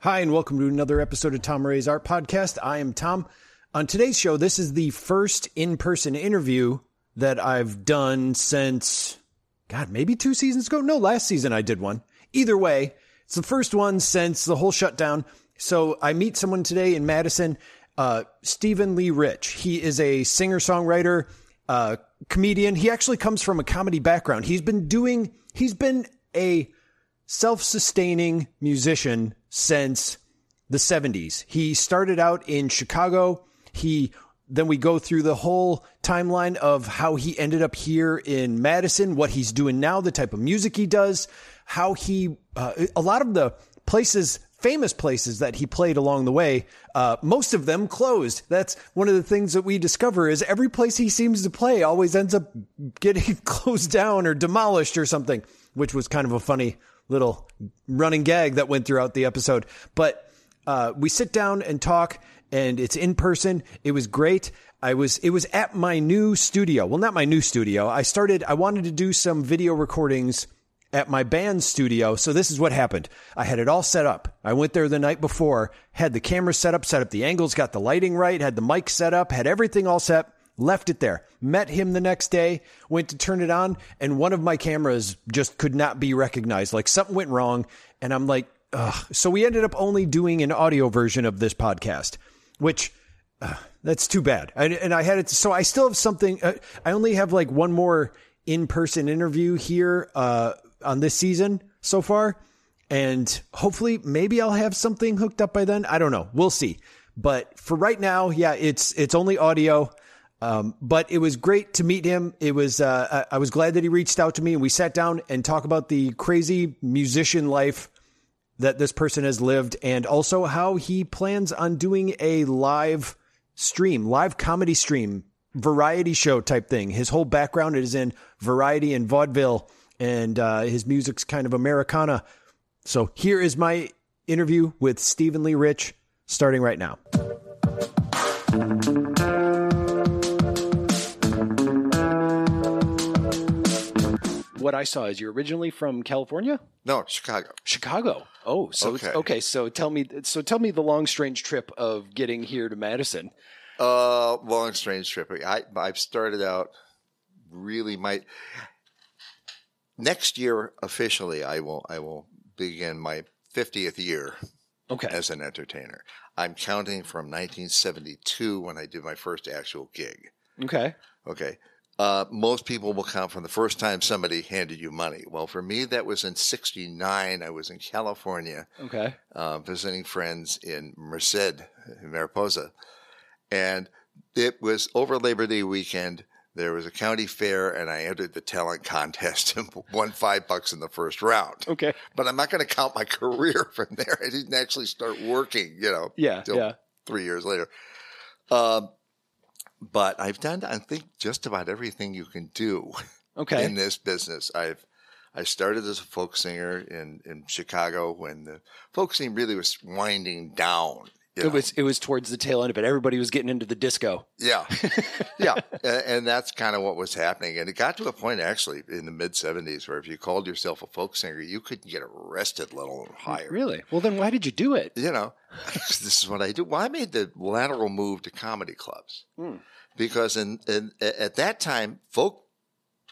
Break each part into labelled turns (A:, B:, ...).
A: Hi, and welcome to another episode of Tom Ray's Art Podcast. I am Tom. On today's show, this is the first in person interview that I've done since, God, maybe two seasons ago? No, last season I did one. Either way, it's the first one since the whole shutdown. So I meet someone today in Madison, uh, Stephen Lee Rich. He is a singer songwriter, uh, comedian. He actually comes from a comedy background. He's been doing, he's been a self sustaining musician since the 70s. He started out in Chicago. He then we go through the whole timeline of how he ended up here in Madison, what he's doing now, the type of music he does, how he uh, a lot of the places famous places that he played along the way uh, most of them closed that's one of the things that we discover is every place he seems to play always ends up getting closed down or demolished or something which was kind of a funny little running gag that went throughout the episode. But uh, we sit down and talk, and it's in person. It was great. I was it was at my new studio. Well, not my new studio. I started. I wanted to do some video recordings at my band studio. So this is what happened. I had it all set up. I went there the night before, had the camera set up, set up the angles, got the lighting right, had the mic set up, had everything all set. Left it there. Met him the next day, went to turn it on, and one of my cameras just could not be recognized. Like something went wrong. And I'm like, ugh. So we ended up only doing an audio version of this podcast, which uh, that's too bad. And, and I had it. So I still have something. Uh, I only have like one more in person interview here uh, on this season so far. And hopefully, maybe I'll have something hooked up by then. I don't know. We'll see. But for right now, yeah, it's it's only audio. Um, but it was great to meet him. It was uh, I I was glad that he reached out to me and we sat down and talked about the crazy musician life that this person has lived and also how he plans on doing a live stream, live comedy stream, variety show type thing. His whole background is in variety and vaudeville, and uh, his music's kind of Americana. So here is my interview with Stephen Lee Rich, starting right now. what I saw is you're originally from California,
B: No, Chicago.
A: Chicago. Oh, so it's,
B: Okay.
A: okay. So tell me, so tell me the long strange trip of getting here to Madison.
B: Uh, long strange trip. I I've started out really my next year officially. I will I will begin my fiftieth year
A: Okay,
B: as an entertainer. I'm counting from 1972 when I did my first actual gig.
A: okay,
B: Okay. Uh, most people will count from the first time somebody handed you money. Well, for me, that was in '69. I was in California.
A: okay.
B: uh, visiting friends in Merced, in Mariposa. And it was over Labor Day weekend. There was a county fair, and I entered the talent contest and won five bucks in the first round.
A: Okay.
B: But I'm not going to count my career from there. I didn't actually start working, you know,
A: Yeah,
B: Still-
A: yeah.
B: three years later. Um, but I've done, I think, just about everything you can do
A: Okay.
B: in this business. I've I started as a folk singer in in Chicago when the folk scene really was winding down. you know.
A: It was it was towards the tail end of it. Everybody was getting into the disco.
B: yeah, yeah, A- and, that's kind of what was happening. And it got to a point actually in the mid '70s where if you called yourself a folk singer, you couldn't get arrested, let
A: Mm,
B: alone hired.
A: Really? Well, then why did you do it?
B: you know, this is what I do. Well, I made the lateral move to comedy clubs
A: Hmm.
B: because in, in at that time, folk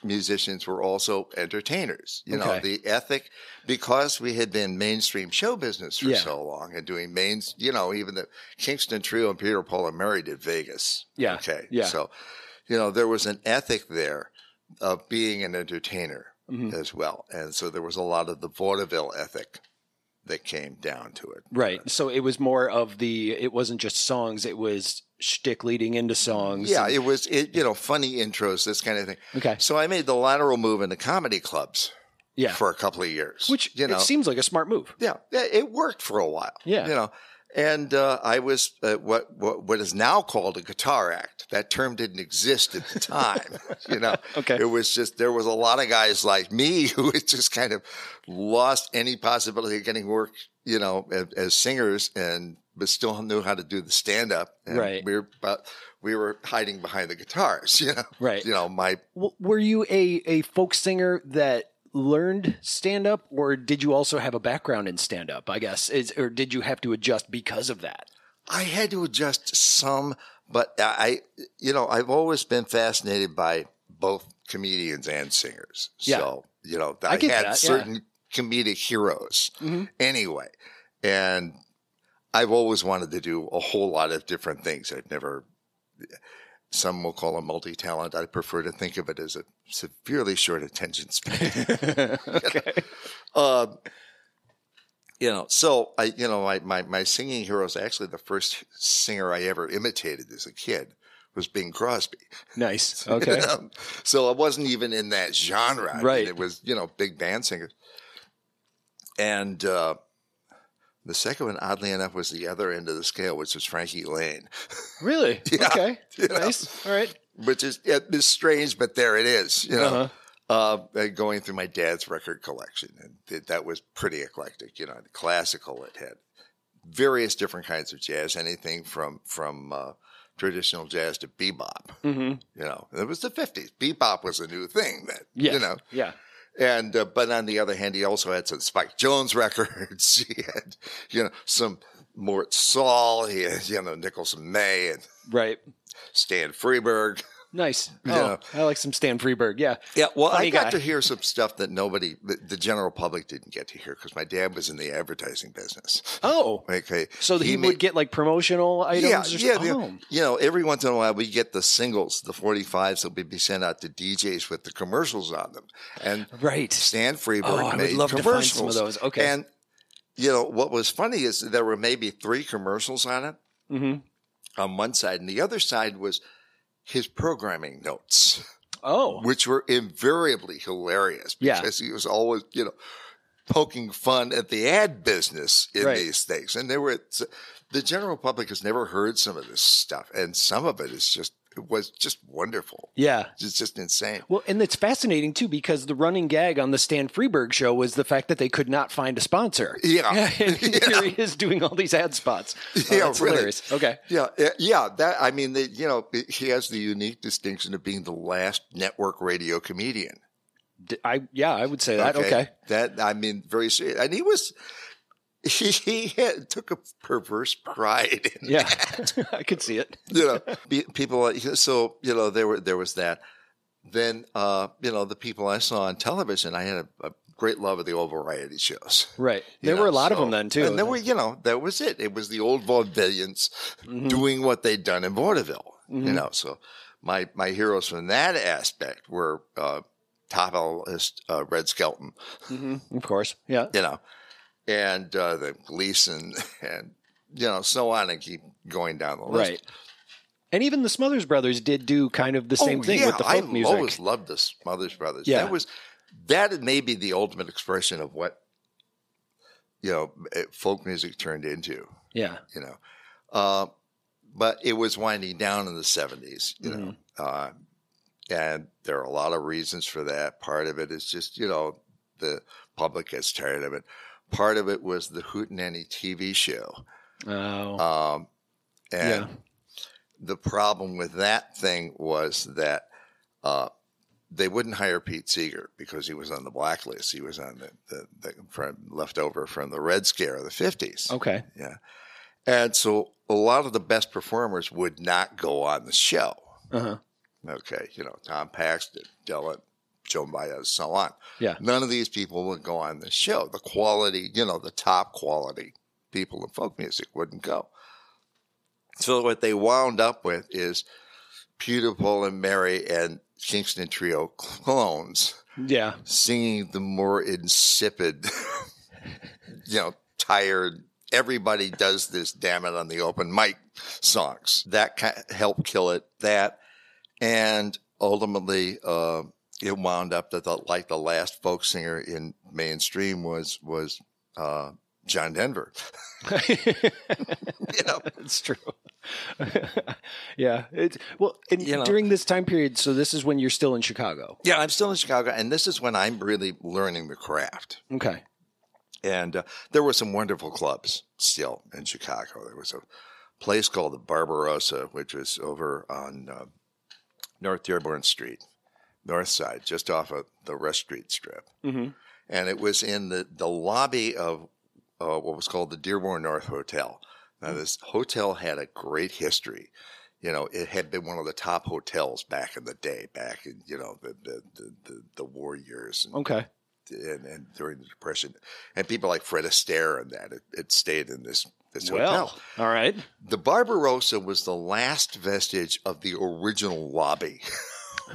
B: musicians were also entertainers. You know,
A: Okay.
B: the ethic because we had been mainstream show business for
A: Yeah.
B: so long and doing mains. You know, even the Kingston Trio and Peter Paul and Mary did Vegas.
A: Yeah.
B: Okay.
A: Yeah.
B: So, you know, there was an ethic there of being an entertainer
A: Mhm.
B: as well, and so there was a lot of the vaudeville ethic that came down to it.
A: Right. So it was more of the. It wasn't just songs. It was shtick leading into songs.
B: Yeah, it was it, you know funny intros, this kind of thing.
A: Okay.
B: So I made the lateral move into comedy clubs
A: Yeah.
B: for a couple of years,
A: Which
B: you know,
A: it seems like a smart move.
B: yeah, yeah, it worked for a while.
A: Yeah.
B: you know, and uh, I was uh, what, what what is now called a guitar act. That term didn't exist at the time, you know.
A: Okay.
B: It was just there was a lot of guys like me who had just kind of lost any possibility of getting work, you know, as, as singers, and but still knew how to do the stand up.
A: Right.
B: We were about, we were hiding behind the guitars, you know.
A: Right.
B: You know, my
A: W- were you a, a folk singer that learned stand up or did you also have a background in stand up, I guess? Is, or did you have to adjust because of that?
B: I had to adjust some, but I, you know, I've always been fascinated by both comedians and singers.
A: Yeah.
B: So, you know, I,
A: I get
B: had
A: that, yeah.
B: certain comedic heroes
A: Mhm.
B: anyway. And I've always wanted to do a whole lot of different things. I've never, some will call it multi talent. I prefer to think of it as a severely short attention span.
A: okay.
B: Um, you know, so I, you know, my, my, my singing hero is actually the first singer I ever imitated as a kid was Bing Crosby.
A: Nice. Okay.
B: Um, so I wasn't even in that genre. I mean,
A: Right.
B: it was, you know, big band singers. And uh, the second one, oddly enough, was the other end of the scale, which was Frankie Lane,
A: Really?
B: Yeah.
A: Okay.
B: Yeah.
A: Nice. All right.
B: which is it, it's strange, but there it is, you know.
A: Uh-huh.
B: uh, and going through my dad's record collection, and th- that was pretty eclectic. You know, the classical. It had various different kinds of jazz, anything from from uh, traditional jazz to bebop.
A: hmm
B: You know, it was the fifties. Bebop was a new thing that
A: Yeah.
B: you know.
A: Yeah.
B: And uh, but on the other hand, he also had some Spike Jones records. he had you know some Mort Saul. He had you know Nicholson May and
A: Right.
B: Stan Freberg.
A: Nice. Oh,
B: Yeah.
A: I like some Stan Freeberg. Yeah.
B: Yeah, well,
A: Funny
B: I got
A: guy.
B: to hear some stuff that nobody, the, the general public, didn't get to hear because my dad was in the advertising business.
A: Oh.
B: Okay,
A: So he, would get like promotional
B: made-
A: items. or
B: yeah, yeah.
A: something. Oh.
B: you know- You know, every once in a while we get the singles, the forty fives that would be sent out to DJs with the commercials on them, and
A: Right.
B: Stan Freeberg
A: Oh, I would
B: made
A: love to find
B: commercials
A: some of those. Okay.
B: and you know what was funny is that there were maybe three commercials on it
A: hmm
B: on one side, and the other side was his programming notes.
A: Oh.
B: which were invariably hilarious
A: Yeah.
B: because he was always, you know, poking fun at the ad business in
A: Right.
B: these things. And they were the general public has never heard some of this stuff, and some of it is just it was just wonderful.
A: Yeah.
B: It's just insane.
A: Well, and it's fascinating too because the running gag on the Stan Freeberg show was the fact that they could not find a sponsor.
B: Yeah.
A: and here he is doing all these ad spots. Oh,
B: Yeah,
A: that's
B: really.
A: hilarious. Okay.
B: Yeah, eh, yeah. That I mean, the, you know, he has the unique distinction of being the last network radio comedian.
A: D- I yeah, I would say that. Okay.
B: That I mean, very serious. And he was he, he had, took a perverse pride in
A: Yeah. I could see it.
B: you know, be, people. like- So you know, there were there was that. Then uh, you know, the people I saw on television, I had a, a great love of the old variety shows.
A: Right.
B: you
A: There were a
B: know,
A: lot of
B: so-
A: them then too.
B: And there were, you know, that was it. It was the old vaudevillians
A: Mm-hmm.
B: doing what they'd done in vaudeville. You
A: Mhm.
B: know, so my my heroes from that aspect were uh, top alist uh, Red Skelton.
A: Mhm. Of course. Yeah.
B: You know, and uh, the Gleason and you know so on and keep going down the list.
A: Right. And even the Smothers Brothers did do kind of the same
B: Oh,
A: thing
B: yeah.
A: with the folk
B: I
A: music.
B: always loved the Smothers Brothers.
A: Yeah.
B: That was that may be the ultimate expression of what you know eh, folk music turned into.
A: Yeah.
B: You know, uh, but it was winding down in the seventies. You
A: Mm-hmm.
B: know, uh, and there are a lot of reasons for that. Part of it is just you know the public gets tired of it. Part of it was the Hootenanny TV show.
A: Oh.
B: Um,
A: yeah.
B: and the problem with that thing was that uh, they wouldn't hire Pete Seeger because he was on the blacklist. He was on the, the, the from, left over from the Red Scare of the 50s.
A: Okay.
B: And so a lot of the best performers would not go on the show.
A: Uh-huh.
B: Okay. You know, Tom Paxton, Dylan, Joe Baez, so on.
A: Yeah.
B: None of these people would go on the show. The quality, you know, the top quality people in folk music wouldn't go. So what they wound up with is Beautiful and Mary and Kingston Trio clones
A: Yeah.
B: singing the more insipid, you know, tired. Everybody does this, damn it, on the open mic songs. That kind helped kill it. That and ultimately, uh, it wound up that the, like the last folk singer in mainstream was was uh, John Denver. you know,
A: It's true. yeah. It's well, and
B: You know.
A: during this time period, so this is when you're still in Chicago.
B: yeah, I'm still in Chicago, and this is when I'm really learning the craft.
A: Okay.
B: And uh, there were some wonderful clubs still in Chicago. There was a place called the Barbarossa, which was over on uh, North Dearborn Street, north side, just off of the Rush Street Strip.
A: Mm-hmm.
B: And it was in the, the lobby of uh, what was called the Dearborn North Hotel. Now, this hotel had a great history. You know, it had been one of the top hotels back in the day, back in, you know, the, the, the, the, the war years and,
A: Okay.
B: and, and during the Depression. And people like Fred Astaire and that, it, it stayed in this, this hotel.
A: Well, all right.
B: The Barbarossa was the last vestige of the original lobby.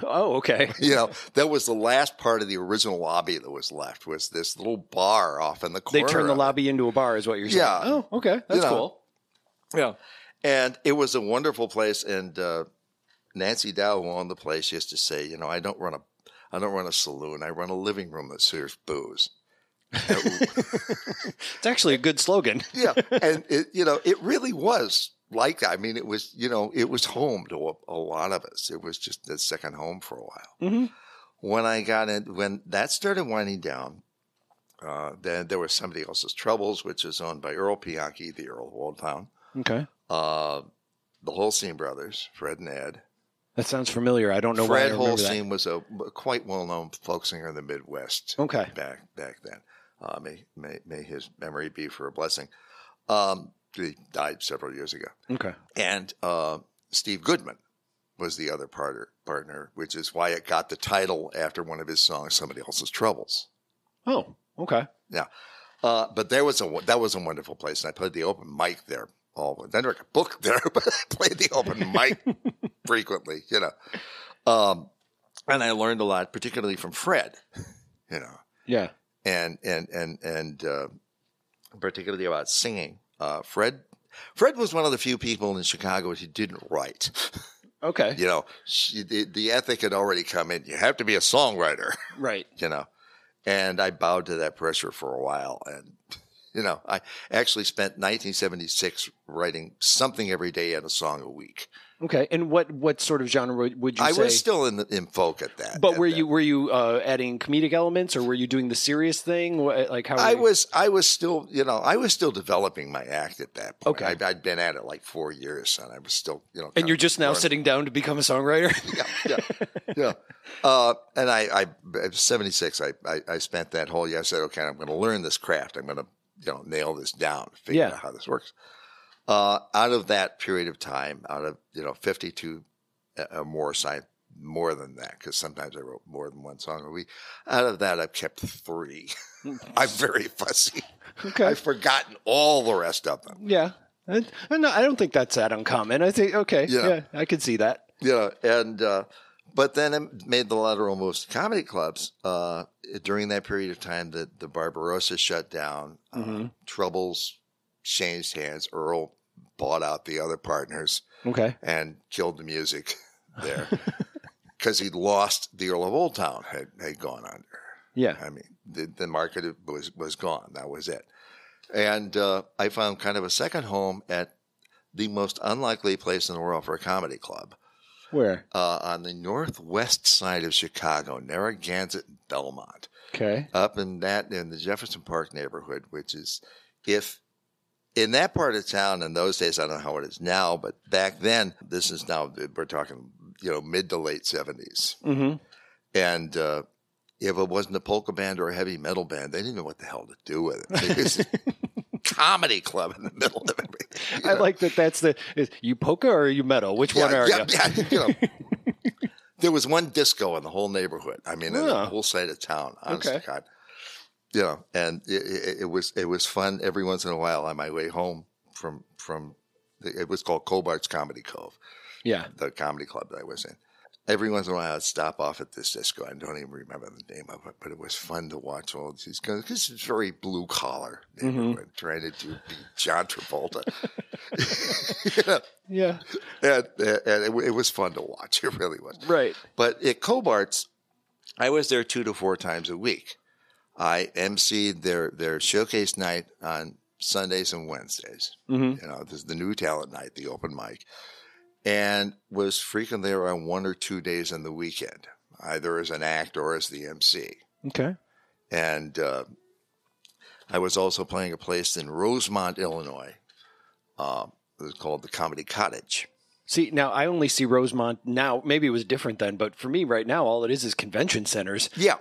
A: Oh, okay.
B: you know, that was the last part of the original lobby that was left was this little bar off in the
A: They
B: corner.
A: turned the
B: of it.
A: lobby into a bar, is what you're saying.
B: Yeah.
A: Oh, okay. That's
B: know.
A: cool. Yeah.
B: And it was a wonderful place. And uh, Nancy Dow, who owned the place, used to say, you know, I don't run a, I don't run a saloon. I run a living room that serves booze.
A: It's actually a good slogan.
B: yeah, and it, you know, it really was like that. I mean, it was you know, it was home to a, a lot of us. It was just the second home for a while.
A: Mhm.
B: When I got in, when that started winding down, uh, then there was somebody else's troubles, which is owned by Earl Bianchi, the Earl of Old Town,
A: Okay.
B: uh, the Holstein brothers, Fred and Ed.
A: That sounds familiar. I don't know
B: Fred
A: why I remember
B: Holstein was a quite well-known folk singer in the Midwest
A: that. Okay.
B: back back then. Uh, may, may may his memory be for a blessing. Um, he died several years ago,
A: Okay.
B: and uh, Steve Goodman was the other partner, partner, which is why it got the title after one of his songs, "Somebody Else's Troubles."
A: Oh, okay.
B: Uh, but there was a wo- that was a wonderful place, and I played the open mic there. All I never got booked there, but I played the open mic frequently, you know. Um, and I learned a lot, particularly from Fred, you know,
A: Yeah.
B: and and and and uh, particularly about singing. Uh, Fred, Fred was one of the few people in Chicago who didn't write.
A: Okay.
B: You know, she, the, the ethic had already come in. You have to be a songwriter
A: Right.
B: you know. And I bowed to that pressure for a while. And, you know, I actually spent 1976 writing something every day and a song a week.
A: Okay. And what what sort of genre would would you
B: I
A: say?
B: was still in, the, in folk at that.
A: but
B: at
A: were
B: that.
A: you were you uh, adding comedic elements or were you doing the serious thing? Wha- Like how?
B: I
A: were you-
B: was, I was still, you know, I was still developing my act at that point.
A: Okay.
B: I'd, I'd been at it like four years and I was still, you know.
A: And
B: kind
A: you're
B: of
A: just now
B: learning.
A: sitting down to become a songwriter.
B: yeah, yeah. Uh, and I, I at 76, I, I, I spent that whole year. I said, okay, I'm going to learn this craft. I'm going to, you know, nail this down, figure
A: Yeah.
B: out how this works. Uh, out of that period of time, out of, you know, 52 uh, more, side, more than that, because sometimes I wrote more than one song a week. Out of that, I've kept three. I'm very fussy.
A: okay.
B: I've forgotten all the rest of them.
A: yeah. And, and no, I don't think that's that uncommon. I think okay.
B: Yeah.
A: yeah I could see that.
B: Yeah, and uh, but then it made the lateral moves to comedy clubs. Uh, during that period of time, that the Barbarossa shut down, uh,
A: Mhm.
B: troubles changed hands. Earl bought out the other partners
A: Okay.
B: and killed the music there because he'd lost the Earl of Old Town had, had gone under.
A: Yeah.
B: I mean, the, the market was was gone. That was it. And uh, I found kind of a second home at the most unlikely place in the world for a comedy club
A: Where?
B: uh, on the northwest side of Chicago, Narragansett and Belmont,
A: Okay.
B: up in that in the Jefferson Park neighborhood, which is if in that part of town in those days, I don't know how it is now, but back then, this is now we're talking, you know, mid to late seventies,
A: Mm-hmm.
B: and uh, if it wasn't a polka band or a heavy metal band, they didn't know what the hell to do with it. It was a comedy club in the middle of everything. you
A: I
B: know?
A: like that. That's the is, you polka or you metal. Which one are you?
B: yeah, you know. there was one disco in the whole neighborhood. I mean, in the
A: Oh.
B: whole side of town. Honest
A: Okay.
B: to God. You know, and it, it, it was it was fun every once in a while on my way home from from the, it was called Cobart's Comedy Cove,
A: Yeah.
B: the comedy club that I was in. Every once in a while, I'd stop off at this disco. I don't even remember the name of it, but it was fun to watch all these guys. This is very blue collar neighborhood, trying to do be John Travolta. You know?
A: Yeah.
B: and, and it, it was fun to watch. It really was.
A: Right.
B: But at Cobart's, I was there two to four times a week. I emceed their their showcase night on Sundays and Wednesdays.
A: Mm-hmm.
B: You know, this is the new talent night, the open mic, and was frequently there on one or two days on the weekend, either as an act or as the MC.
A: Okay.
B: And uh, I was also playing a place in Rosemont, Illinois. Uh, it was called the Comedy Cottage
A: See, now I only see Rosemont now. Maybe it was different then, but for me right now, all it is is convention centers.
B: Yeah,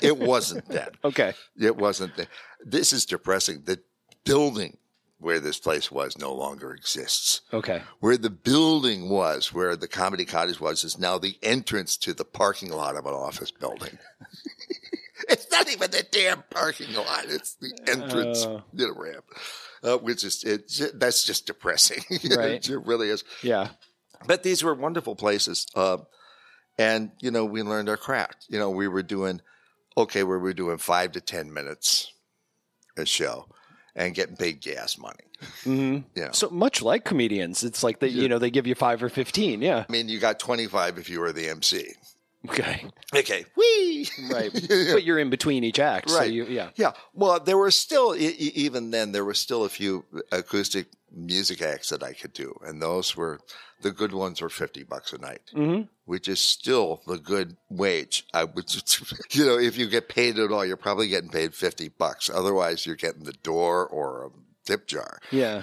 B: it wasn't that.
A: Okay.
B: It wasn't that. This is depressing. The building where this place was no longer exists.
A: Okay.
B: Where the building was, where the comedy cottage was, is now the entrance to the parking lot of an office building. it's not even the damn parking lot; it's the entrance
A: Oh.
B: to the ramp, uh, which is it's that's just depressing.
A: Right.
B: it really is.
A: Yeah.
B: But these were wonderful places. Uh, and, you know, we learned our craft. You know, we were doing, okay, we were doing five to 10 minutes a show and getting paid gas money.
A: hmm
B: You know,
A: So much like comedians, it's like they, you know, they give you five or fifteen. Yeah.
B: I mean, you got 25 if you were the MC.
A: Okay.
B: Okay, whee!
A: Right. But you're in between each act. So
B: Right.
A: you, yeah.
B: Yeah. Well, there were still, e- e- even then, there were still a few uh, acoustic music acts that I could do. And those were, the good ones were 50 bucks a night.
A: hmm
B: which is still the good wage. I would, you know, if you get paid at all, you're probably getting paid fifty bucks. Otherwise, you're getting the door or a tip jar,
A: Yeah.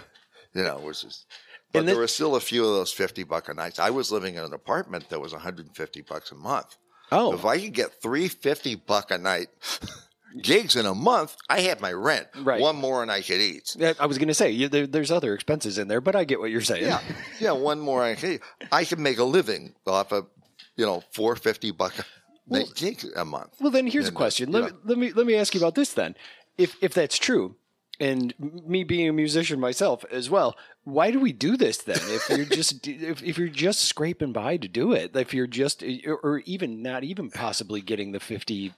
B: you know, which is. But
A: And
B: there
A: thi-
B: were still a few of those fifty buck a nights. I was living in an apartment that was 150 bucks a month.
A: Oh.
B: If I could get three fifty buck a night gigs in a month, I had my rent.
A: Right.
B: One more and I could eat.
A: Yeah, I was going to say you, there, there's other expenses in there, but I get what you're saying.
B: Yeah, yeah. One more I could. Eat. I could make a living off of, you know, four fifty buck a night gigs a month.
A: Well, then here's a
B: Then,
A: question.
B: you
A: Let, me, let me let me ask you about this then. If if that's true, and m- me being a musician myself as well, why do we do this then? If you're just if, if you're just scraping by to do it, if you're just or, or even not even possibly getting the fifty,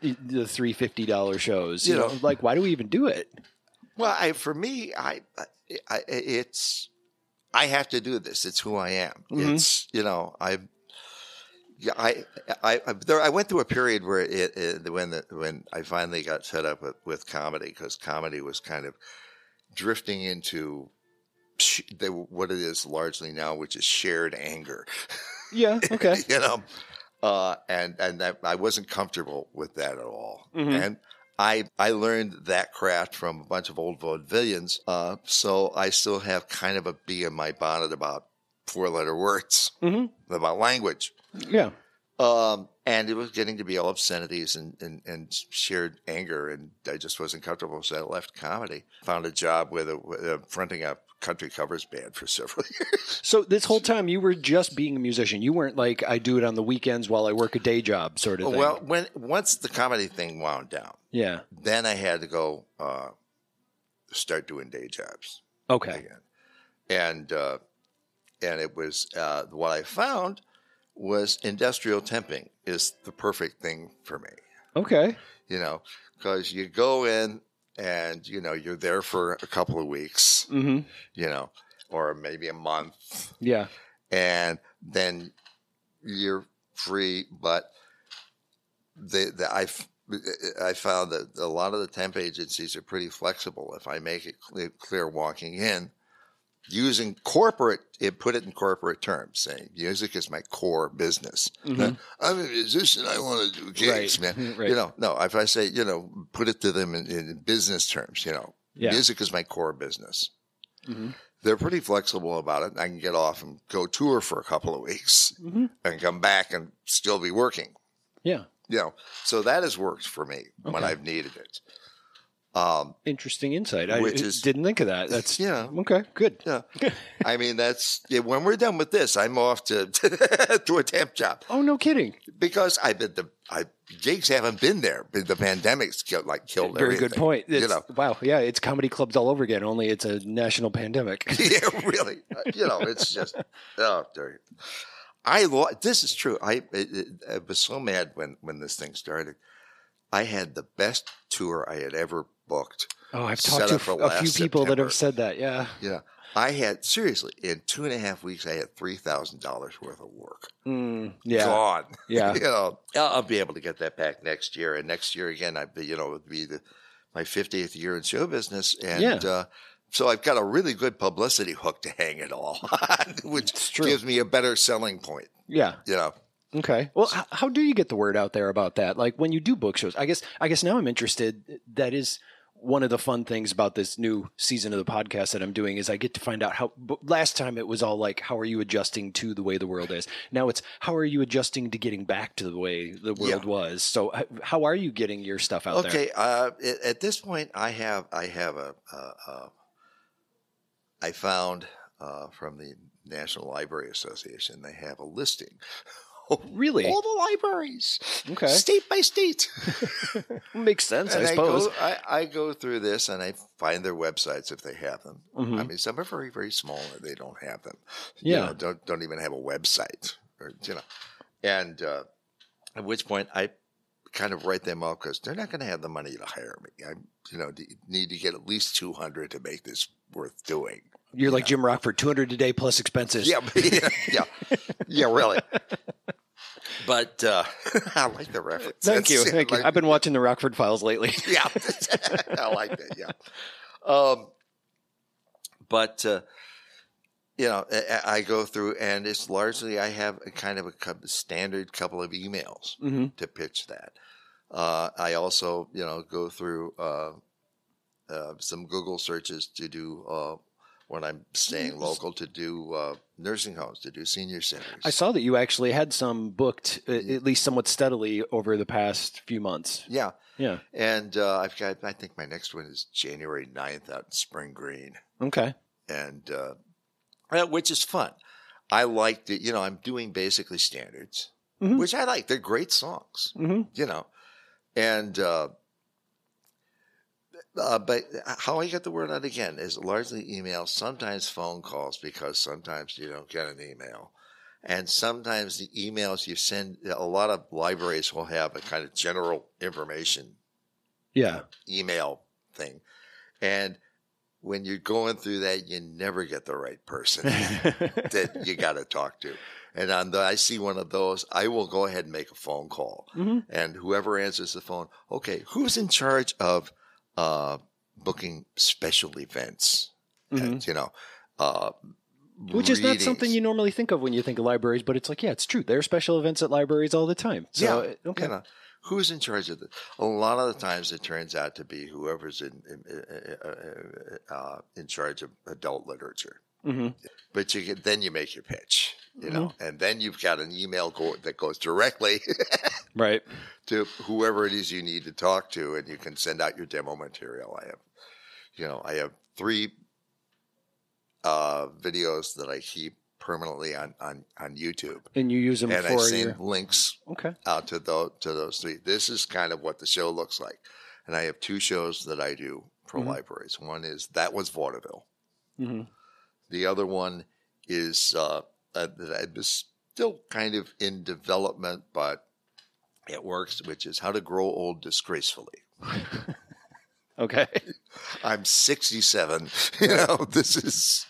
A: the three fifty dollar shows, you,
B: You
A: know,
B: know.
A: like why do we even do it?
B: Well, I, for me, I, I, I, it's, I have to do this. It's who I am.
A: Mhm.
B: It's, you know, I, yeah, I, I, I, there, I went through a period where it, it when the, when I finally got fed up with, with comedy because comedy was kind of drifting into sh- the, what it is largely now, which is shared anger
A: Yeah. Okay.
B: you know uh, and and that i wasn't comfortable with that at all
A: Mhm.
B: and I, I learned that craft from a bunch of old vaudevillians, uh, so I still have kind of a bee in my bonnet about four letter words,
A: Mhm.
B: about language.
A: yeah.
B: Um, and it was getting to be all obscenities and, and, and shared anger, and I just wasn't comfortable, so I left comedy. Found a job with a, with a fronting a country covers band for several years.
A: So this whole time you were just being a musician. You weren't like I do it on the weekends while I work a day job sort of thing.
B: Oh, Well, when once the comedy thing wound down,
A: yeah.
B: then I had to go uh, start doing day jobs
A: Okay.
B: again, and uh, and it was uh, what I found was industrial temping is the perfect thing for me,
A: Okay.
B: you know, because you go in and you know you're there for a couple of weeks,
A: Mm-hmm.
B: you know, or maybe a month,
A: Yeah.
B: and then you're free. But the the I f- I found that a lot of the temp agencies are pretty flexible. If I make it clear, clear walking in, using corporate, it put it in corporate terms, saying music is my core business.
A: Mhm.
B: I'm a musician. I want to do gigs,
A: Right.
B: man.
A: Mm-hmm. Right.
B: You know, no. If I say, you know, put it to them in, in business terms. You know,
A: Yeah.
B: music is my core business
A: hmm
B: they're pretty flexible about it. I can get off and go tour for a couple of weeks
A: Mhm.
B: and come back and still be working.
A: Yeah.
B: You know, so that has worked for me when
A: Okay.
B: I've needed it. Um,
A: Interesting insight. I
B: Which is-
A: didn't think of that. That's
B: yeah.
A: okay. Good.
B: Yeah. I mean, that's yeah, when we're done with this, I'm off to to a temp job
A: Oh no, kidding.
B: because I've been the I, gigs haven't been there. But the pandemic's killed, like killed.
A: Very good
B: everything,
A: point.
B: You
A: It's-
B: know,
A: Wow. Yeah, it's comedy clubs all over again. Only it's a national pandemic.
B: yeah, really. Uh, You know, it's just oh, dear. I lo- this is true. I, it, it, I was so mad when when this thing started. I had the best tour I had ever booked.
A: Oh, I've
B: Set
A: talked to
B: up for
A: a few
B: last
A: people that
B: September.
A: have said that. Yeah.
B: Yeah, I had seriously in two and a half weeks. I had three thousand dollars worth of work
A: Mm, yeah.
B: gone.
A: Yeah.
B: you know, I'll, I'll be able to get that back next year, and next year again, I'd be you know it'd be the, my fiftieth year in show business, and
A: Yeah.
B: uh, so I've got a really good publicity hook to hang it all on, which
A: It's true.
B: gives me a better selling point.
A: yeah.
B: You know,
A: Okay. Well, how, how do you get the word out there about uh, that? Like when you do book shows, I guess. I guess now I'm interested. That is one of the fun things about this new season of the podcast that I'm doing is I get to find out how. but Last time it was all like, how are you adjusting to the way the world is? Now it's how are you adjusting to getting back to the way the world
B: Yeah.
A: was? So h- how are you getting your stuff out there?
B: okay. Uh, a- at this point, I have I have a, a, a I found uh, from the National Library Association they have a listing
A: Really?
B: all the libraries,
A: Okay.
B: state by state.
A: Makes sense, I
B: And
A: suppose.
B: go, I, I go through this and I find their websites if they have them.
A: Mhm.
B: I mean, some are very very small and they don't have them. you
A: yeah.
B: know, don't don't even have a website or you know, and uh, at which point I kind of write them off because they're not going to have the money to hire me. I you know d- need to get at least two hundred to make this worth doing.
A: You're like Jim Rockford, 200 a day plus expenses.
B: Yeah, yeah, yeah, yeah, really. But uh, I like the reference.
A: Thank you.
B: That's-
A: Thank you.
B: like-
A: I've been watching the Rockford Files lately.
B: yeah, I like that. Yeah. Um, but uh, you know, I, I go through, and it's largely I have a kind of a cou- standard couple of emails
A: hmm
B: to pitch that. Uh, I also, you know, go through uh, uh, some Google searches to do uh, when I'm staying local to do uh, nursing homes, to do senior centers.
A: I saw that you actually had some booked, uh,
B: Yeah.
A: at least somewhat steadily, over the past few months.
B: yeah,
A: Yeah.
B: and uh, I've got. I think my next one is January 9th out in Spring Green.
A: Okay.
B: and uh, uh, which is fun. I like that. You know, I'm doing basically standards,
A: Mhm.
B: which I like. They're great songs.
A: Mm-hmm.
B: You know, and uh, uh, but how I get the word out again is largely emails, sometimes phone calls because sometimes you don't get an email. And sometimes the emails you send, a lot of libraries will have a kind of general information
A: Yeah.
B: email thing. And when you're going through that, you never get the right person
A: Mm-hmm.
B: that you got to talk to. And on the, I see one of those, I will go ahead and make a phone call.
A: Mhm.
B: And whoever answers the phone, okay, who's in charge of uh, booking special events?
A: Mhm.
B: And, you know, uh,
A: Which is not something
B: readings.
A: you normally think of when you think of libraries, but it's like, yeah, it's true. There are special events at libraries all the time. So, uh,
B: yeah.
A: okay.
B: You know, who's in charge of this? A lot of the times it turns out to be whoever's in, in, uh, uh, in charge of adult literature.
A: hmm
B: But you get, then you make your pitch, you
A: Mm-hmm.
B: know, and then you've got an email go, that goes directly
A: Right.
B: to whoever it is you need to talk to, and you can send out your demo material. I have, you know, I have three uh, videos that I keep permanently on on, on YouTube,
A: And you use them
B: and I
A: for
B: send
A: your.
B: links
A: Okay.
B: out to those to those three. This is kind of what the show looks like, and I have two shows that I do for
A: Mhm.
B: libraries. One is that was vaudeville.
A: hmm
B: The other one is uh, uh, that I was still kind of in development, but it works, which is how to grow old disgracefully.
A: Okay.
B: I'm 67. You know, this is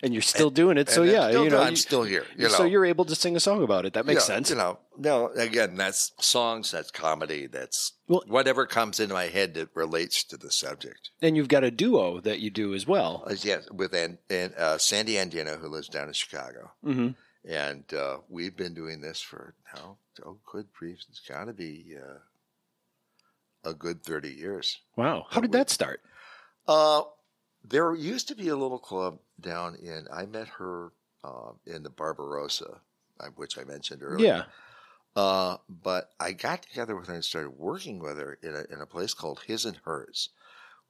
A: And you're still doing it. So,
B: and I'm
A: yeah,
B: still-
A: you know.
B: I'm
A: you-
B: still here. You know,
A: so you're able to sing a song about it. That makes
B: Yeah,
A: sense.
B: You know, no, again, that's songs, that's comedy, that's
A: Well-
B: whatever comes into my head that relates to the subject.
A: And you've got a duo that you do as well.
B: Uh, Yes, with and and uh, Sandy Andino, who lives down in Chicago,
A: hmm
B: and uh, we've been doing this for now. Oh, good grief! It's got to be uh, a good thirty years.
A: Wow. How did that start?
B: Uh, there used to be a little club down in. I met her uh, in the Barbarossa, uh, which I mentioned earlier.
A: Yeah.
B: Uh, but I got together with her and started working with her in a, in a place called His and Hers,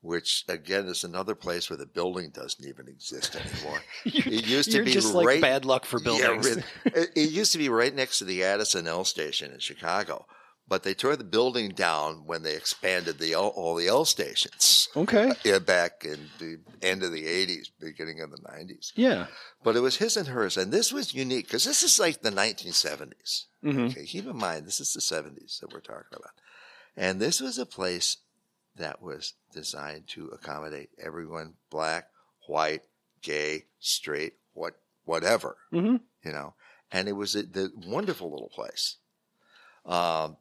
B: which again is another place where the building doesn't even exist anymore.
A: You-
B: It used to
A: You're
B: be
A: just
B: right
A: like bad luck for
B: Yeah,
A: buildings.
B: really. it, it used to be right next to the Addison L station in Chicago, but they tore the building down when they expanded the L, all the L stations
A: Okay.
B: yeah, back in the end of the 80s, beginning of the 90s.
A: Yeah.
B: But it was his and hers, and this was unique because this is like the 1970s.
A: hmm
B: Okay, keep in mind this is the 70s that we're talking about. And this was a place that was designed to accommodate everyone black, white, gay, straight, what whatever,
A: hmm
B: you know. And it was a the wonderful little place. Um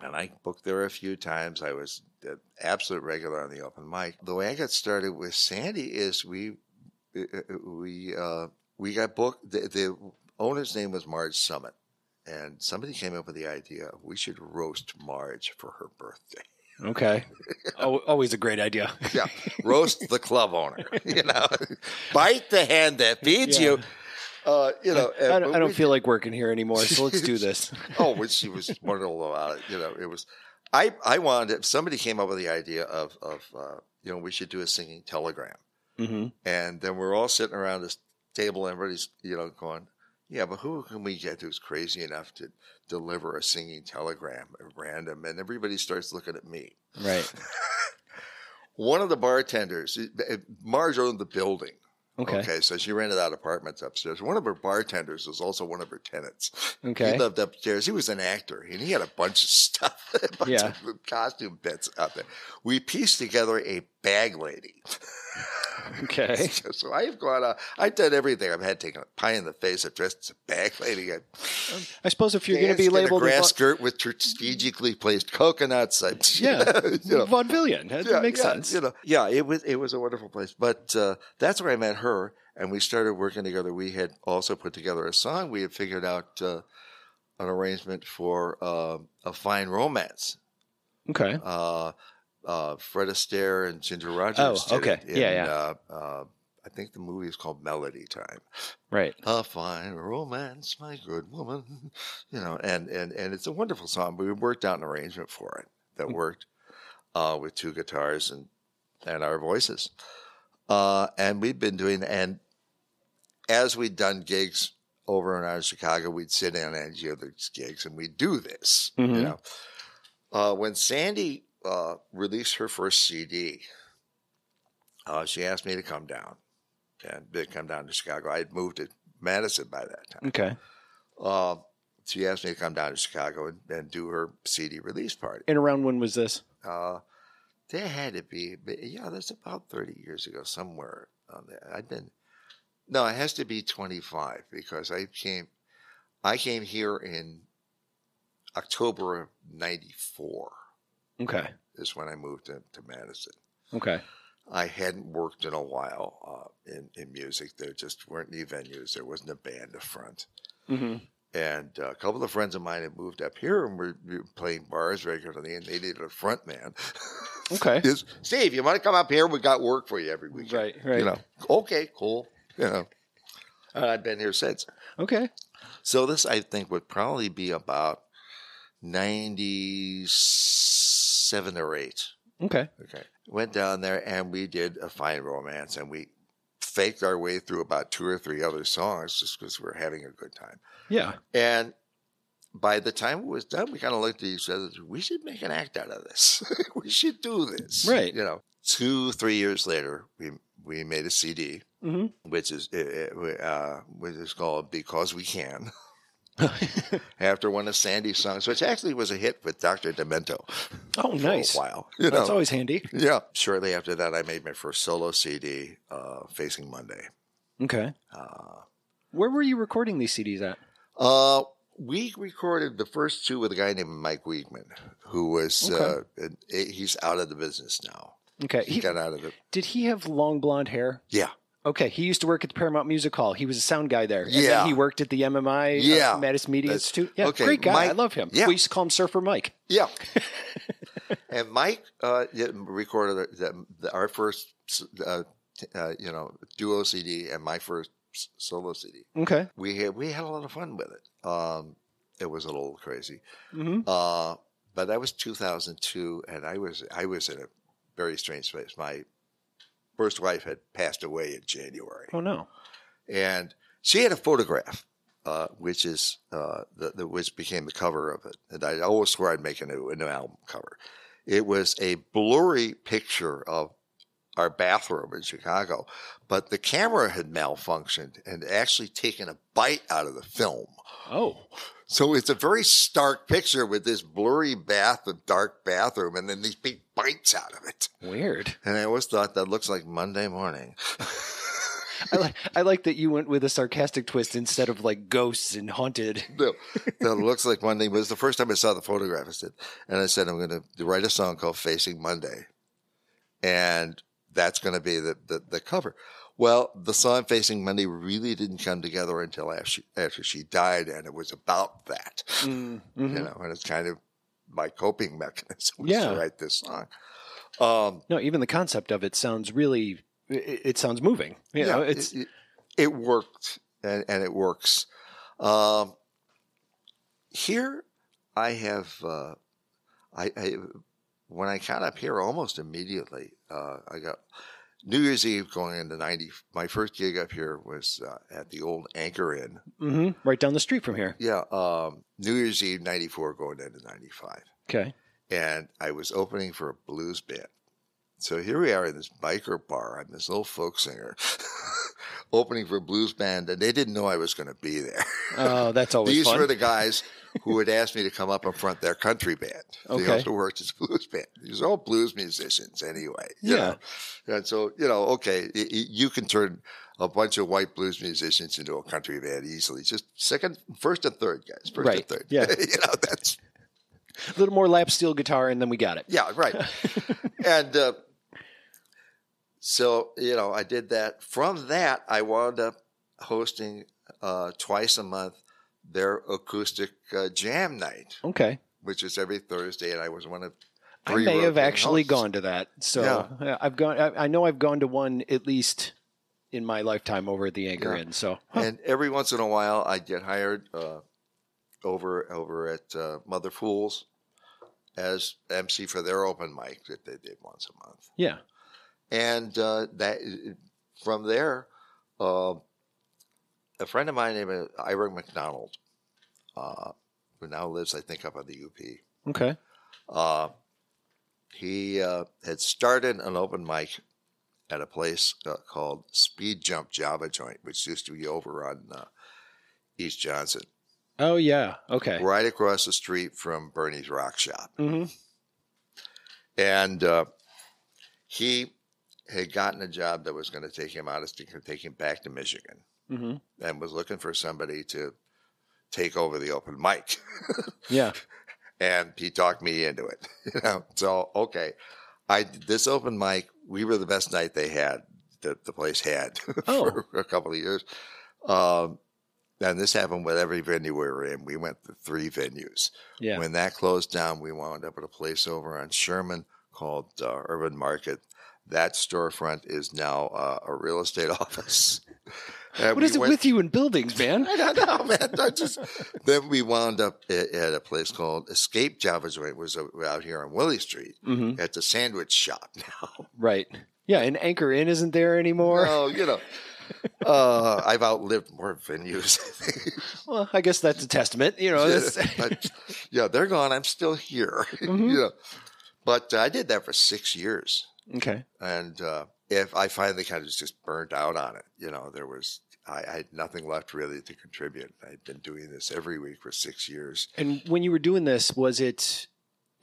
B: and I booked there a few times. I was an absolute regular on the open mic. The way I got started with Sandy is we we uh, we got booked. The, the owner's name was Marge Summit, and somebody came up with the idea we should roast Marge for her birthday.
A: Okay. Al- Always a great idea.
B: yeah, roast the club owner. You know, bite the hand that feeds you. Uh, you know, and-
A: I
B: but
A: don't, I
B: we-
A: don't feel like working here anymore, so let's do this.
B: oh, well, she was wonderful about it. You know, it was. I I wanted. Somebody came up with the idea of of uh, you know we should do a singing telegram,
A: hmm
B: and then we're all sitting around this table, and everybody's you know going, yeah, but who can we get who's crazy enough to deliver a singing telegram at random? And everybody starts looking at me.
A: Right.
B: One of the bartenders, it- it- Marge owned the building.
A: Okay. Okay.
B: so she rented out apartments upstairs. One of her bartenders was also one of her tenants. He lived upstairs. He was an actor, and he had a bunch of stuff, a bunch
A: Yeah.
B: of costume bits out there. We pieced together a bag lady.
A: Okay.
B: so I've gone. Uh, I've done everything. I've had taken a pie in the face. I've dressed as a bag lady. I've
A: I suppose if you're going to
B: danced
A: be
B: in a
A: labeled a
B: grass
A: va-
B: skirt with strategically placed coconuts. I,
A: yeah,
B: you know,
A: vaudevillian, that
B: yeah,
A: makes
B: yeah,
A: sense.
B: You know, yeah, it was it was a wonderful place. But uh, that's where I met her, and we started working together. We had also put together a song. We had figured out uh, an arrangement for uh, a fine romance.
A: Okay.
B: Uh, uh, Fred Astaire and Ginger Rogers.
A: Oh,
B: did
A: okay.
B: it
A: Yeah,
B: in,
A: yeah.
B: Uh, uh, I think the movie is called Melody Time.
A: Right.
B: A fine romance, my good woman. You know, and and and it's a wonderful song. But we worked out an arrangement for it that worked uh, with two guitars and and our voices. Uh, and we'd been doing and as we'd done gigs over in out of Chicago, we'd sit in and do these gigs and we'd do this. You
A: Mhm.
B: know, uh, when Sandy uh, released her first CD, uh, she asked me to come down and to come down to Chicago. I had moved to Madison by that time.
A: Okay.
B: Uh, she asked me to come down to Chicago and, and do her CD release party.
A: And around when was this?
B: Uh, there had to be, but yeah, that's about 30 years ago, somewhere on there. I've been, no, it has to be 25 because I came, I came here in October of 94
A: Okay.
B: is when I moved to, to Madison.
A: Okay.
B: I hadn't worked in a while uh, in, in music. There just weren't any venues. There wasn't a band to front.
A: Mm-hmm.
B: And uh, a couple of friends of mine had moved up here and were, were playing bars regularly, and they needed a front man.
A: Okay.
B: Is Steve, you want to come up here? We got work for you every weekend.
A: Right. Right.
B: You know, okay, cool. You know, and I've been here since.
A: Okay.
B: So this, I think, would probably be about ninety-seven or eight.
A: Okay.
B: Okay. Went down there and we did a fine romance and we faked our way through about two or three other songs just because we were having a good time.
A: Yeah.
B: And by the time it was done, we kind of looked at each other. We should make an act out of this. we should do this,
A: Right.
B: You know, two, three years later, we we made a CD,
A: Mm-hmm.
B: which is uh, uh, which is called "Because We Can." After one of Sandy's songs, which actually was a hit with Doctor Demento
A: oh,
B: for
A: nice.
B: a while. Oh. You
A: That's
B: know?
A: always handy.
B: Yeah. Shortly after that, I made my first solo CD, uh, Facing Monday.
A: Okay.
B: Uh,
A: Where were you recording these CDs at?
B: uh, we recorded the first two with a guy named Mike Wiegman, who was,
A: Okay.
B: uh, an- he's out of the business now.
A: Okay.
B: Uh, He,
A: He,
B: got out of it.
A: did he have long blonde hair?
B: Yeah.
A: Okay. He used to work at the Paramount Music Hall. He was a sound guy there. And
B: Yeah.
A: Then he worked at the MMI.
B: Yeah.
A: Uh, Mattis Media
B: That's-
A: Institute. Yeah.
B: okay,
A: Great guy. I
B: Mike-
A: love him.
B: yeah.
A: We used to call him Surfer Mike.
B: Yeah. and Mike uh, yeah, recorded the, the, our first, uh, t- uh, you know, duo CD and my first s- solo CD.
A: Okay.
B: We had, we had a lot of fun with it. Um, it was a little crazy.
A: Mm-hmm.
B: Uh, but that was 2002, and I was I was in a very strange place. My first wife had passed away in January,
A: Oh no.
B: and she had a photograph, uh, which is uh, the, the which became the cover of it. And I always swore I'd make a new, a new album cover. It was a blurry picture of our bathroom in Chicago, but the camera had malfunctioned and actually taken a bite out of the film.
A: Oh.
B: So it's a very stark picture with this blurry bath, a dark bathroom, and then these big bites out of it.
A: Weird.
B: And I always thought that looks like Monday morning.
A: I like I like that you went with a sarcastic twist instead of like ghosts and haunted.
B: No, that looks like Monday. It was the first time I saw the photograph. I said, and I said, I'm going to write a song called Facing Monday. And that's going to be the, the, the cover. Well, the song Facing Monday really didn't come together until after she, after she died. And it was about that.
A: Mm,
B: you
A: mhm.
B: know, and it's kind of my coping mechanism was
A: Yeah.
B: to write this song. Um,
A: No, even the concept of it sounds really. It, it sounds moving. You know, it's
B: it, it- it worked and, and it works. Um, here, I have uh, I, I when I got up here almost immediately, uh, I got New Year's Eve going into ninety. My first gig up here was uh, at the old Anchor Inn.
A: mhm, right down the street from here.
B: Yeah, um, New Year's Eve '94 going into '95
A: Okay.
B: and I was opening for a blues band. So here we are in this biker bar. I'm this little folk singer opening for a blues band, and they didn't know I was going to be there.
A: Oh, that's always
B: These
A: fun.
B: were the guys who had asked me to come up and front their country band.
A: Okay.
B: They also worked as blues band. These are all blues musicians anyway. you
A: Yeah.
B: know. And so, you know, okay, y- y- you can turn a bunch of white blues musicians into a country band easily. Just second, first and third, guys. First
A: Right.
B: and third.
A: Yeah.
B: you know, that's
A: a little more lap steel guitar, and then we got it.
B: yeah, right. and uh, so, you know, I did that. From that, I wound up hosting uh, twice a month their acoustic uh, jam night,
A: Okay.
B: which is every Thursday. And I was one of
A: I
B: three
A: may have
B: rotating
A: actually
B: hosts.
A: gone to that. So uh, I've gone. I, I know I've gone to one at least in my lifetime over at the Anchor
B: Yeah.
A: Inn. So
B: And every once in a while, I'd get hired uh, over over at uh, Mother Fools as MC for their open mic that they did once a month.
A: yeah.
B: and uh, that from there, uh, a friend of mine named Ira McDonald, uh, who now lives, I think, up on the UP.
A: Okay.
B: Uh, he uh, had started an open mic at a place uh, called Speed Jump Java Joint, which used to be over on uh, East Johnson,
A: Oh yeah. Okay.
B: right across the street from Bernie's Rock Shop.
A: hmm
B: and uh, he had gotten a job that was going to take him out of take him back to Michigan,
A: hmm
B: and was looking for somebody to take over the open mic.
A: Yeah.
B: and he talked me into it. You know, so okay, I this open mic. We were the best night they had that the place had
A: Oh.
B: for a couple of years. Um, and this happened with every venue we were in. We went to three venues.
A: Yeah.
B: When that closed down, we wound up at a place over on Sherman called uh, Urban Market. That storefront is now uh, a real estate office. And
A: what is
B: we
A: it
B: went-
A: with you in buildings, man?
B: I don't know, man. I just then we wound up at, at a place called Escape Java Joint, was uh, out here on Willie Street
A: hmm
B: at the sandwich shop. Now,
A: Right. Yeah. And Anchor Inn isn't there anymore.
B: oh, you know, uh, I've outlived more venues. I think.
A: Well, I guess that's a testament. You know. That's,
B: But, yeah, they're gone. I'm still here.
A: Mhm.
B: you know. But uh, I did that for six years.
A: okay.
B: And uh, if I finally kind of just burnt out on it, you know, there was, I, I had nothing left really to contribute. I'd been doing this every week for six years.
A: And when you were doing this, was it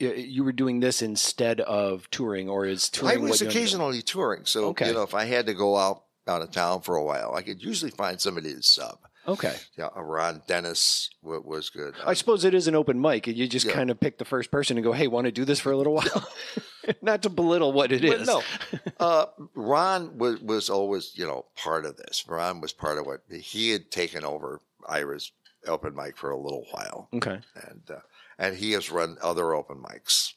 A: y- you were doing this instead of touring, or is touring?
B: I was
A: what you-
B: occasionally touring. So,
A: Okay.
B: you know, if I had to go out out of town for a while, I could usually find somebody to sub.
A: Okay.
B: Yeah, uh, Ron Dennis wa- was good.
A: I suppose it is an open mic. You just
B: Yeah.
A: kind of pick the first person and go, "Hey, want to do this for a little while?" Not to belittle what it is.
B: But no, uh, Ron was was always you know part of this. Ron was part of what he had taken over Ira's open mic for a little while,
A: Okay.
B: and uh, and he has run other open mics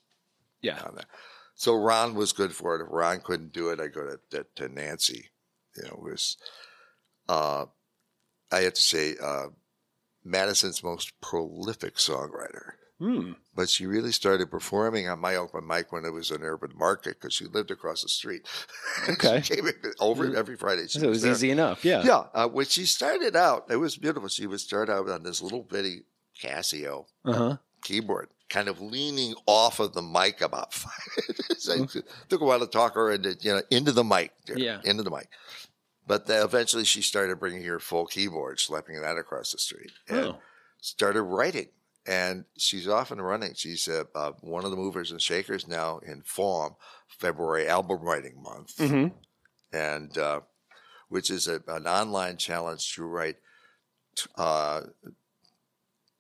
A: Yeah.
B: down there. So Ron was good for it. If Ron couldn't do it, I go to to, to Nancy. You know, it was uh, I have to say uh, Madison's most prolific songwriter
A: Hmm.
B: but she really started performing on my open mic when it was an urban market because she lived across the street.
A: Okay. Mm.
B: she came in over every Friday. She
A: So it was
B: there.
A: easy enough. Yeah.
B: Yeah, uh, when she started out, it was beautiful. She would start out on this little bitty Casio
A: Uh huh.
B: keyboard, kind of leaning off of the mic about five. so it took a while to talk her into you know into the mic, dear,
A: Mm-hmm. Yeah.
B: into the mic. But then eventually, she started bringing her full keyboard, schlepping that across the street, and
A: Oh.
B: started writing. And she's off and running. She's uh, uh, one of the movers and shakers now in form, February album writing month,
A: hmm
B: and uh, which is a, an online challenge to write t- uh,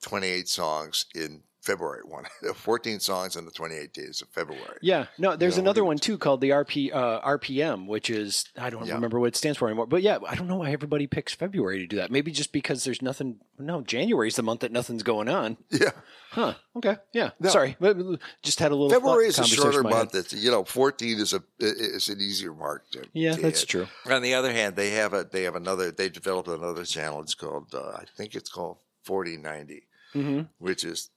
B: 28 songs in February one. 14 songs in the 28 days of February.
A: Yeah, no, there's
B: Yeah,
A: another
B: we-
A: one too called the RP uh, RPM, which is I don't
B: Yeah.
A: remember what it stands for anymore. But yeah, I don't know why everybody picks February to do that. Maybe just because there's nothing. No, January's the month that nothing's going on,
B: Yeah.
A: huh? Okay, yeah.
B: No.
A: Sorry, but- but just had a little
B: February
A: thought
B: is a
A: conversation
B: shorter
A: in my head.
B: month. It's, you know, 14 is a is an easier mark to.
A: Yeah,
B: to
A: that's
B: hit.
A: true.
B: On the other hand, they have a they have another they developed another channel. It's called uh, I think it's called 4090,
A: hmm
B: which is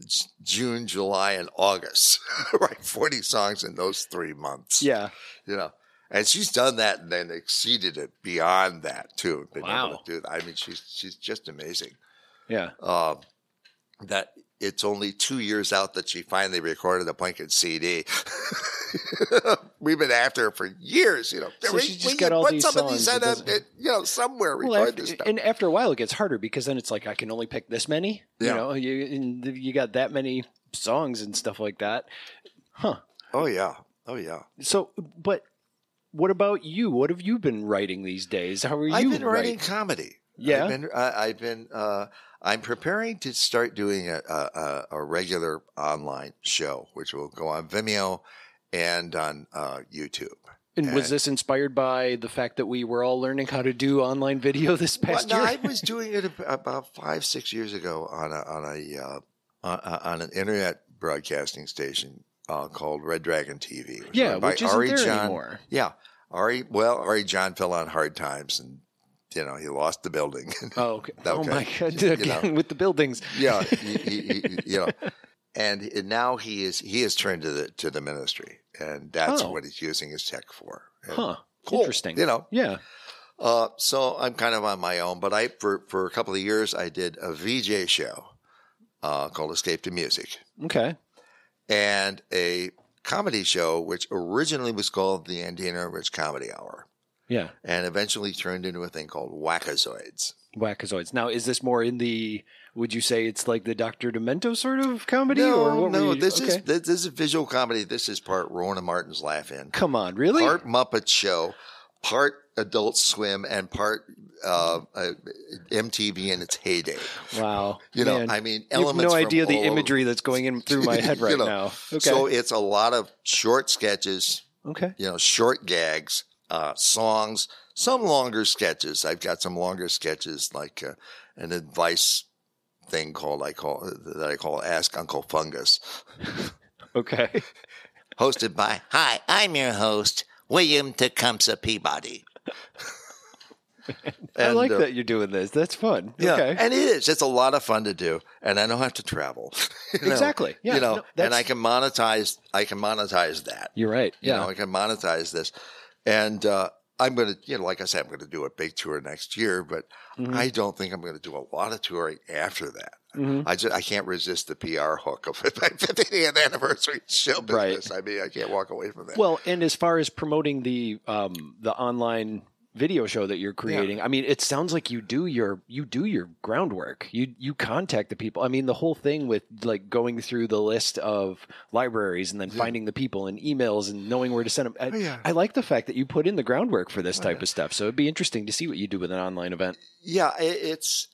B: J- June, July, and August. right, 40 songs in those three months.
A: Yeah,
B: you know. And she's done that and then exceeded it beyond that too. Been able
A: Wow.
B: to do that. I mean, she's she's just amazing.
A: yeah,
B: Um, that it's only two years out that she finally recorded the Plinkett CD. We've been after her for years, you know.
A: So
B: We-
A: she's
B: we
A: just got
B: could
A: all
B: put
A: these
B: some of
A: songs
B: these
A: that
B: in a,
A: doesn't-
B: it- you know, somewhere.
A: Well,
B: record
A: after-
B: this stuff.
A: and after a while, it gets harder because then it's like I can only pick this many.
B: Yeah.
A: You know, you and you got that many songs and stuff like that. Huh.
B: oh yeah, oh yeah.
A: So, but what about you? What have you been writing these days? How are you?
B: I've been writing
A: writing-
B: comedy.
A: Yeah.
B: I've been. I, I've been uh, I'm preparing to start doing a, a, a a regular online show, which will go on Vimeo and on uh, YouTube.
A: And was
B: Uh,
A: this inspired by the fact that we were all learning how to do online video this past
B: Well, no,
A: year?
B: I was doing it ab- about five, six years ago on a on a uh, on, on an internet broadcasting station uh, called Red Dragon TV. It was
A: yeah,
B: run by
A: which isn't
B: Ari
A: there
B: John.
A: anymore.
B: Yeah, Ari. Well, Ari John fell on hard times, and you know he lost the building.
A: Oh, okay. oh
B: Okay.
A: my god!
B: You know.
A: Again with the buildings.
B: yeah, he, he, he- you know, and and now he is he has turned to the to the ministry, and that's
A: Oh.
B: what he's using his tech for. And
A: Huh.
B: cool,
A: Interesting.
B: You know,
A: Yeah.
B: Uh, so I'm kind of on my own, but I for for a couple of years I did a VJ show uh, called Escape to Music
A: Okay.
B: and a comedy show which originally was called the Andina Rich Comedy Hour
A: Yeah.
B: and eventually turned into a thing called Wackazoids.
A: Wackazoids. Now, is this more in the? Would you say it's like the Doctor Demento sort of comedy? or what
B: no,
A: were you-
B: this is
A: okay.
B: this, this is visual comedy. This is part Rona Martin's Laugh In,
A: Come on, really?
B: part Muppet Show, part Adult Swim, and part uh, uh, MTV in its heyday.
A: wow.
B: You know,
A: Man,
B: I mean,
A: you have
B: elements.
A: no
B: from
A: idea the
B: all over-
A: imagery that's going in through my head
B: You
A: right
B: know,
A: now. Okay.
B: So it's a lot of short sketches,
A: okay.
B: you know, short gags, uh, songs, some longer sketches. I've got some longer sketches, like uh, an advice thing called I call that I call Ask Uncle Fungus,
A: Okay.
B: hosted by Hi, I'm your host William Tecumseh Peabody.
A: I
B: And,
A: like
B: uh,
A: that you're doing this. That's fun.
B: Yeah,
A: Okay.
B: and it is. It's a lot of fun to do, and I don't have to travel. you know.
A: Exactly. Yeah.
B: you know,
A: No,
B: and
A: that's-
B: I can monetize. I can monetize that.
A: You're right.
B: You
A: Yeah.
B: know, I can monetize this. And uh, I'm going to, you know, like I said, I'm going to do a big tour next year, but
A: Mhm.
B: I don't think I'm going to do a lot of touring after that.
A: Mhm.
B: I just, I can't resist the PR hook of my 50th anniversary show
A: Right.
B: business. I mean, I can't walk away from that.
A: Well, and as far as promoting the um, the online video show that you're creating, I mean, it sounds like you do your you do your groundwork. You you contact the people. I mean, the whole thing with like going through the list of libraries and then
B: Yeah.
A: finding the people and emails and knowing where to send them. I,
B: Oh, yeah.
A: I like the fact that you put in the groundwork for this
B: Oh,
A: type
B: yeah.
A: of stuff. So it'd be interesting to see what you do with an online event.
B: yeah, i it's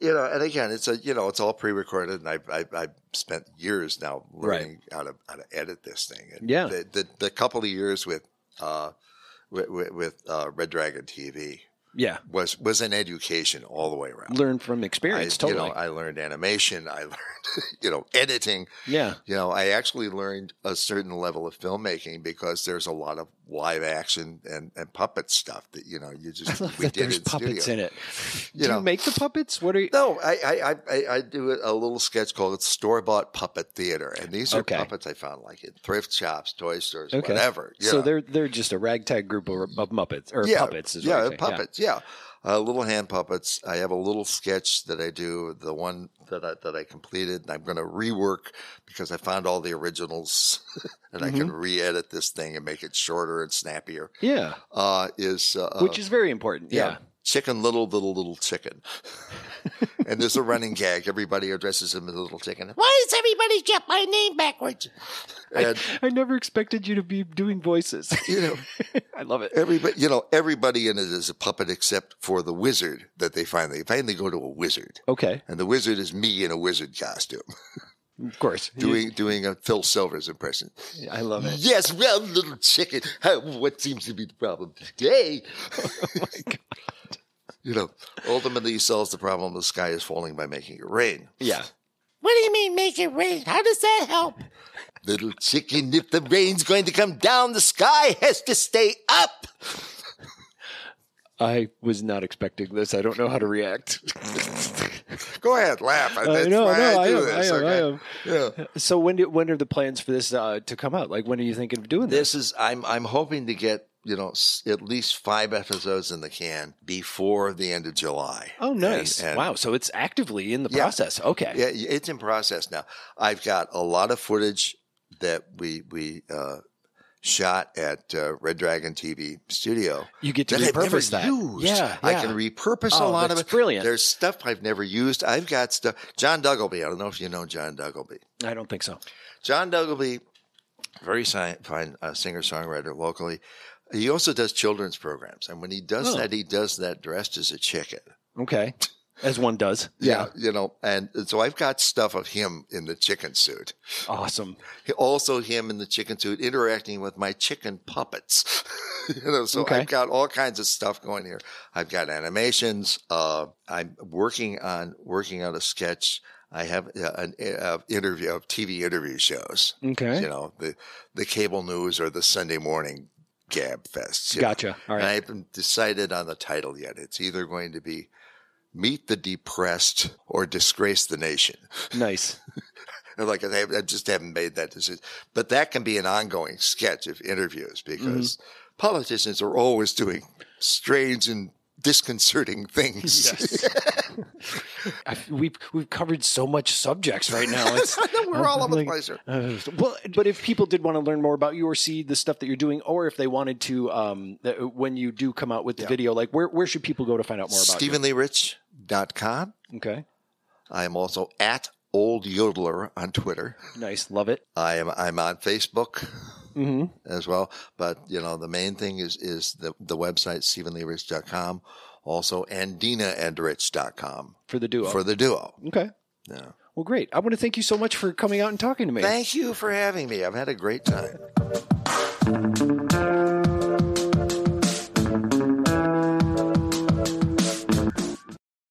B: you know, and again, it's a you know, it's all pre-recorded, and I've I've, I've spent years now
A: Right.
B: learning how to how to edit this thing. And
A: Yeah.
B: the, the the couple of years with uh with with, with uh, Red Dragon TV
A: Yeah,
B: was was an education all the way around.
A: learn from
B: I,
A: experience.
B: you
A: totally.
B: know, I learned animation. I learned, you know, editing.
A: yeah.
B: You know, I actually learned a certain level of filmmaking because there's a lot of live action and, and puppet stuff that you know you just
A: I love
B: we
A: that
B: did
A: there's
B: in
A: puppets
B: studio.
A: in it.
B: You
A: do
B: know.
A: you make the puppets? What are you?
B: No, I I, I- I I do a little sketch called "Store Bought Puppet Theater," and these are
A: Okay.
B: puppets I found like in thrift shops, toy stores,
A: Okay.
B: whatever. you
A: So
B: know.
A: they're they're just a ragtag group of, of Muppets or
B: yeah,
A: puppets. Is what
B: yeah,
A: you're saying.
B: puppets, yeah. Uh, little hand puppets. I have a little sketch that I do, the one that I, that I completed, and I'm going to rework because I found all the originals, and I
A: Mm-hmm.
B: can re-edit this thing and make it shorter and snappier.
A: Yeah,
B: Uh, is uh,
A: which is very important. Yeah.
B: Chicken Little Little Little Chicken. and there's a running gag. Everybody addresses him as Little Chicken. Why does everybody get my name backwards? And
A: I never expected you to be doing voices.
B: you know,
A: I love it.
B: everybody, you know, everybody in it is a puppet except for the wizard that they finally finally go to a wizard,
A: Okay,
B: and the wizard is me in a wizard costume
A: of course.
B: doing doing a Phil Silvers impression.
A: I love it.
B: Yes, well, little chicken, how, what seems to be the problem today?
A: Oh
B: You know, ultimately he solves the problem the sky is falling by making it rain.
A: Yeah.
B: What do you mean make it rain? How does that help? Little chicken, if the rain's going to come down, the sky has to stay up.
A: I was not expecting this. I don't know how to react.
B: Go ahead, laugh. That's
A: know,
B: why
A: no,
B: I do
A: I am,
B: this.
A: I am, I
B: okay? Yeah.
A: So when do, when are the plans for this uh, to come out? Like when are you thinking of doing this?
B: This is I'm I'm hoping to get you know s- at least five episodes in the can before the end of July.
A: Oh, nice!
B: And- and-
A: wow. So it's actively in the
B: Yeah.
A: process. Okay.
B: Yeah, it's in process now. I've got a lot of footage that we we uh, shot at uh, Red Dragon TV studio.
A: You get to
B: that I've never
A: repurpose that.
B: used.
A: Yeah,
B: I
A: yeah.
B: can repurpose a
A: Oh,
B: lot
A: that's
B: of it.
A: brilliant.
B: There's stuff I've never used. I've got stuff. John Duggleby. I don't know if you know John Duggleby.
A: I don't think so.
B: John Duggleby, very si- fine uh, singer songwriter locally. He also does children's programs, and when he does
A: Oh.
B: that, he does that dressed as a chicken.
A: Okay. As one does.
B: you know, and so I've got stuff of him in the chicken suit.
A: Awesome.
B: He- also him in the chicken suit interacting with my chicken puppets. you know, so
A: Okay.
B: I've got all kinds of stuff going here. I've got animations. Uh, I'm working on working on a sketch. I have uh, an uh, interview of TV interview shows.
A: Okay.
B: You know, the the cable news or the Sunday morning gab fests. you know.
A: Gotcha. All
B: And I
A: right.
B: haven't decided on the title yet. It's either going to be Meet the Depressed or Disgrace the Nation.
A: Nice.
B: And like I, I just haven't made that decision. But that can be an ongoing sketch of interviews because
A: Mm-hmm.
B: politicians are always doing strange and disconcerting things.
A: Yes. I, we've we've covered so much subjects right now. It's
B: We're all over the
A: Like-
B: place. here.
A: Uh, well, but if people did want to learn more about you or see the stuff that you're doing, or if they wanted to, um, th- when you do come out with the video, like where, where should people go to find out more about
B: StephenLeeRich.com.
A: you? Okay,
B: I am also at Old Yodeler on Twitter.
A: nice, love it.
B: I am I'm on Facebook
A: Mm-hmm.
B: as well. But you know, the main thing is is the, the website StephenLeeRich.com, also AndinaAndRich.com
A: For the duo.
B: for the duo.
A: okay.
B: Yeah.
A: Well, great. I want to thank you so much for coming out and talking to me.
B: Thank you for having me. I've had a great time.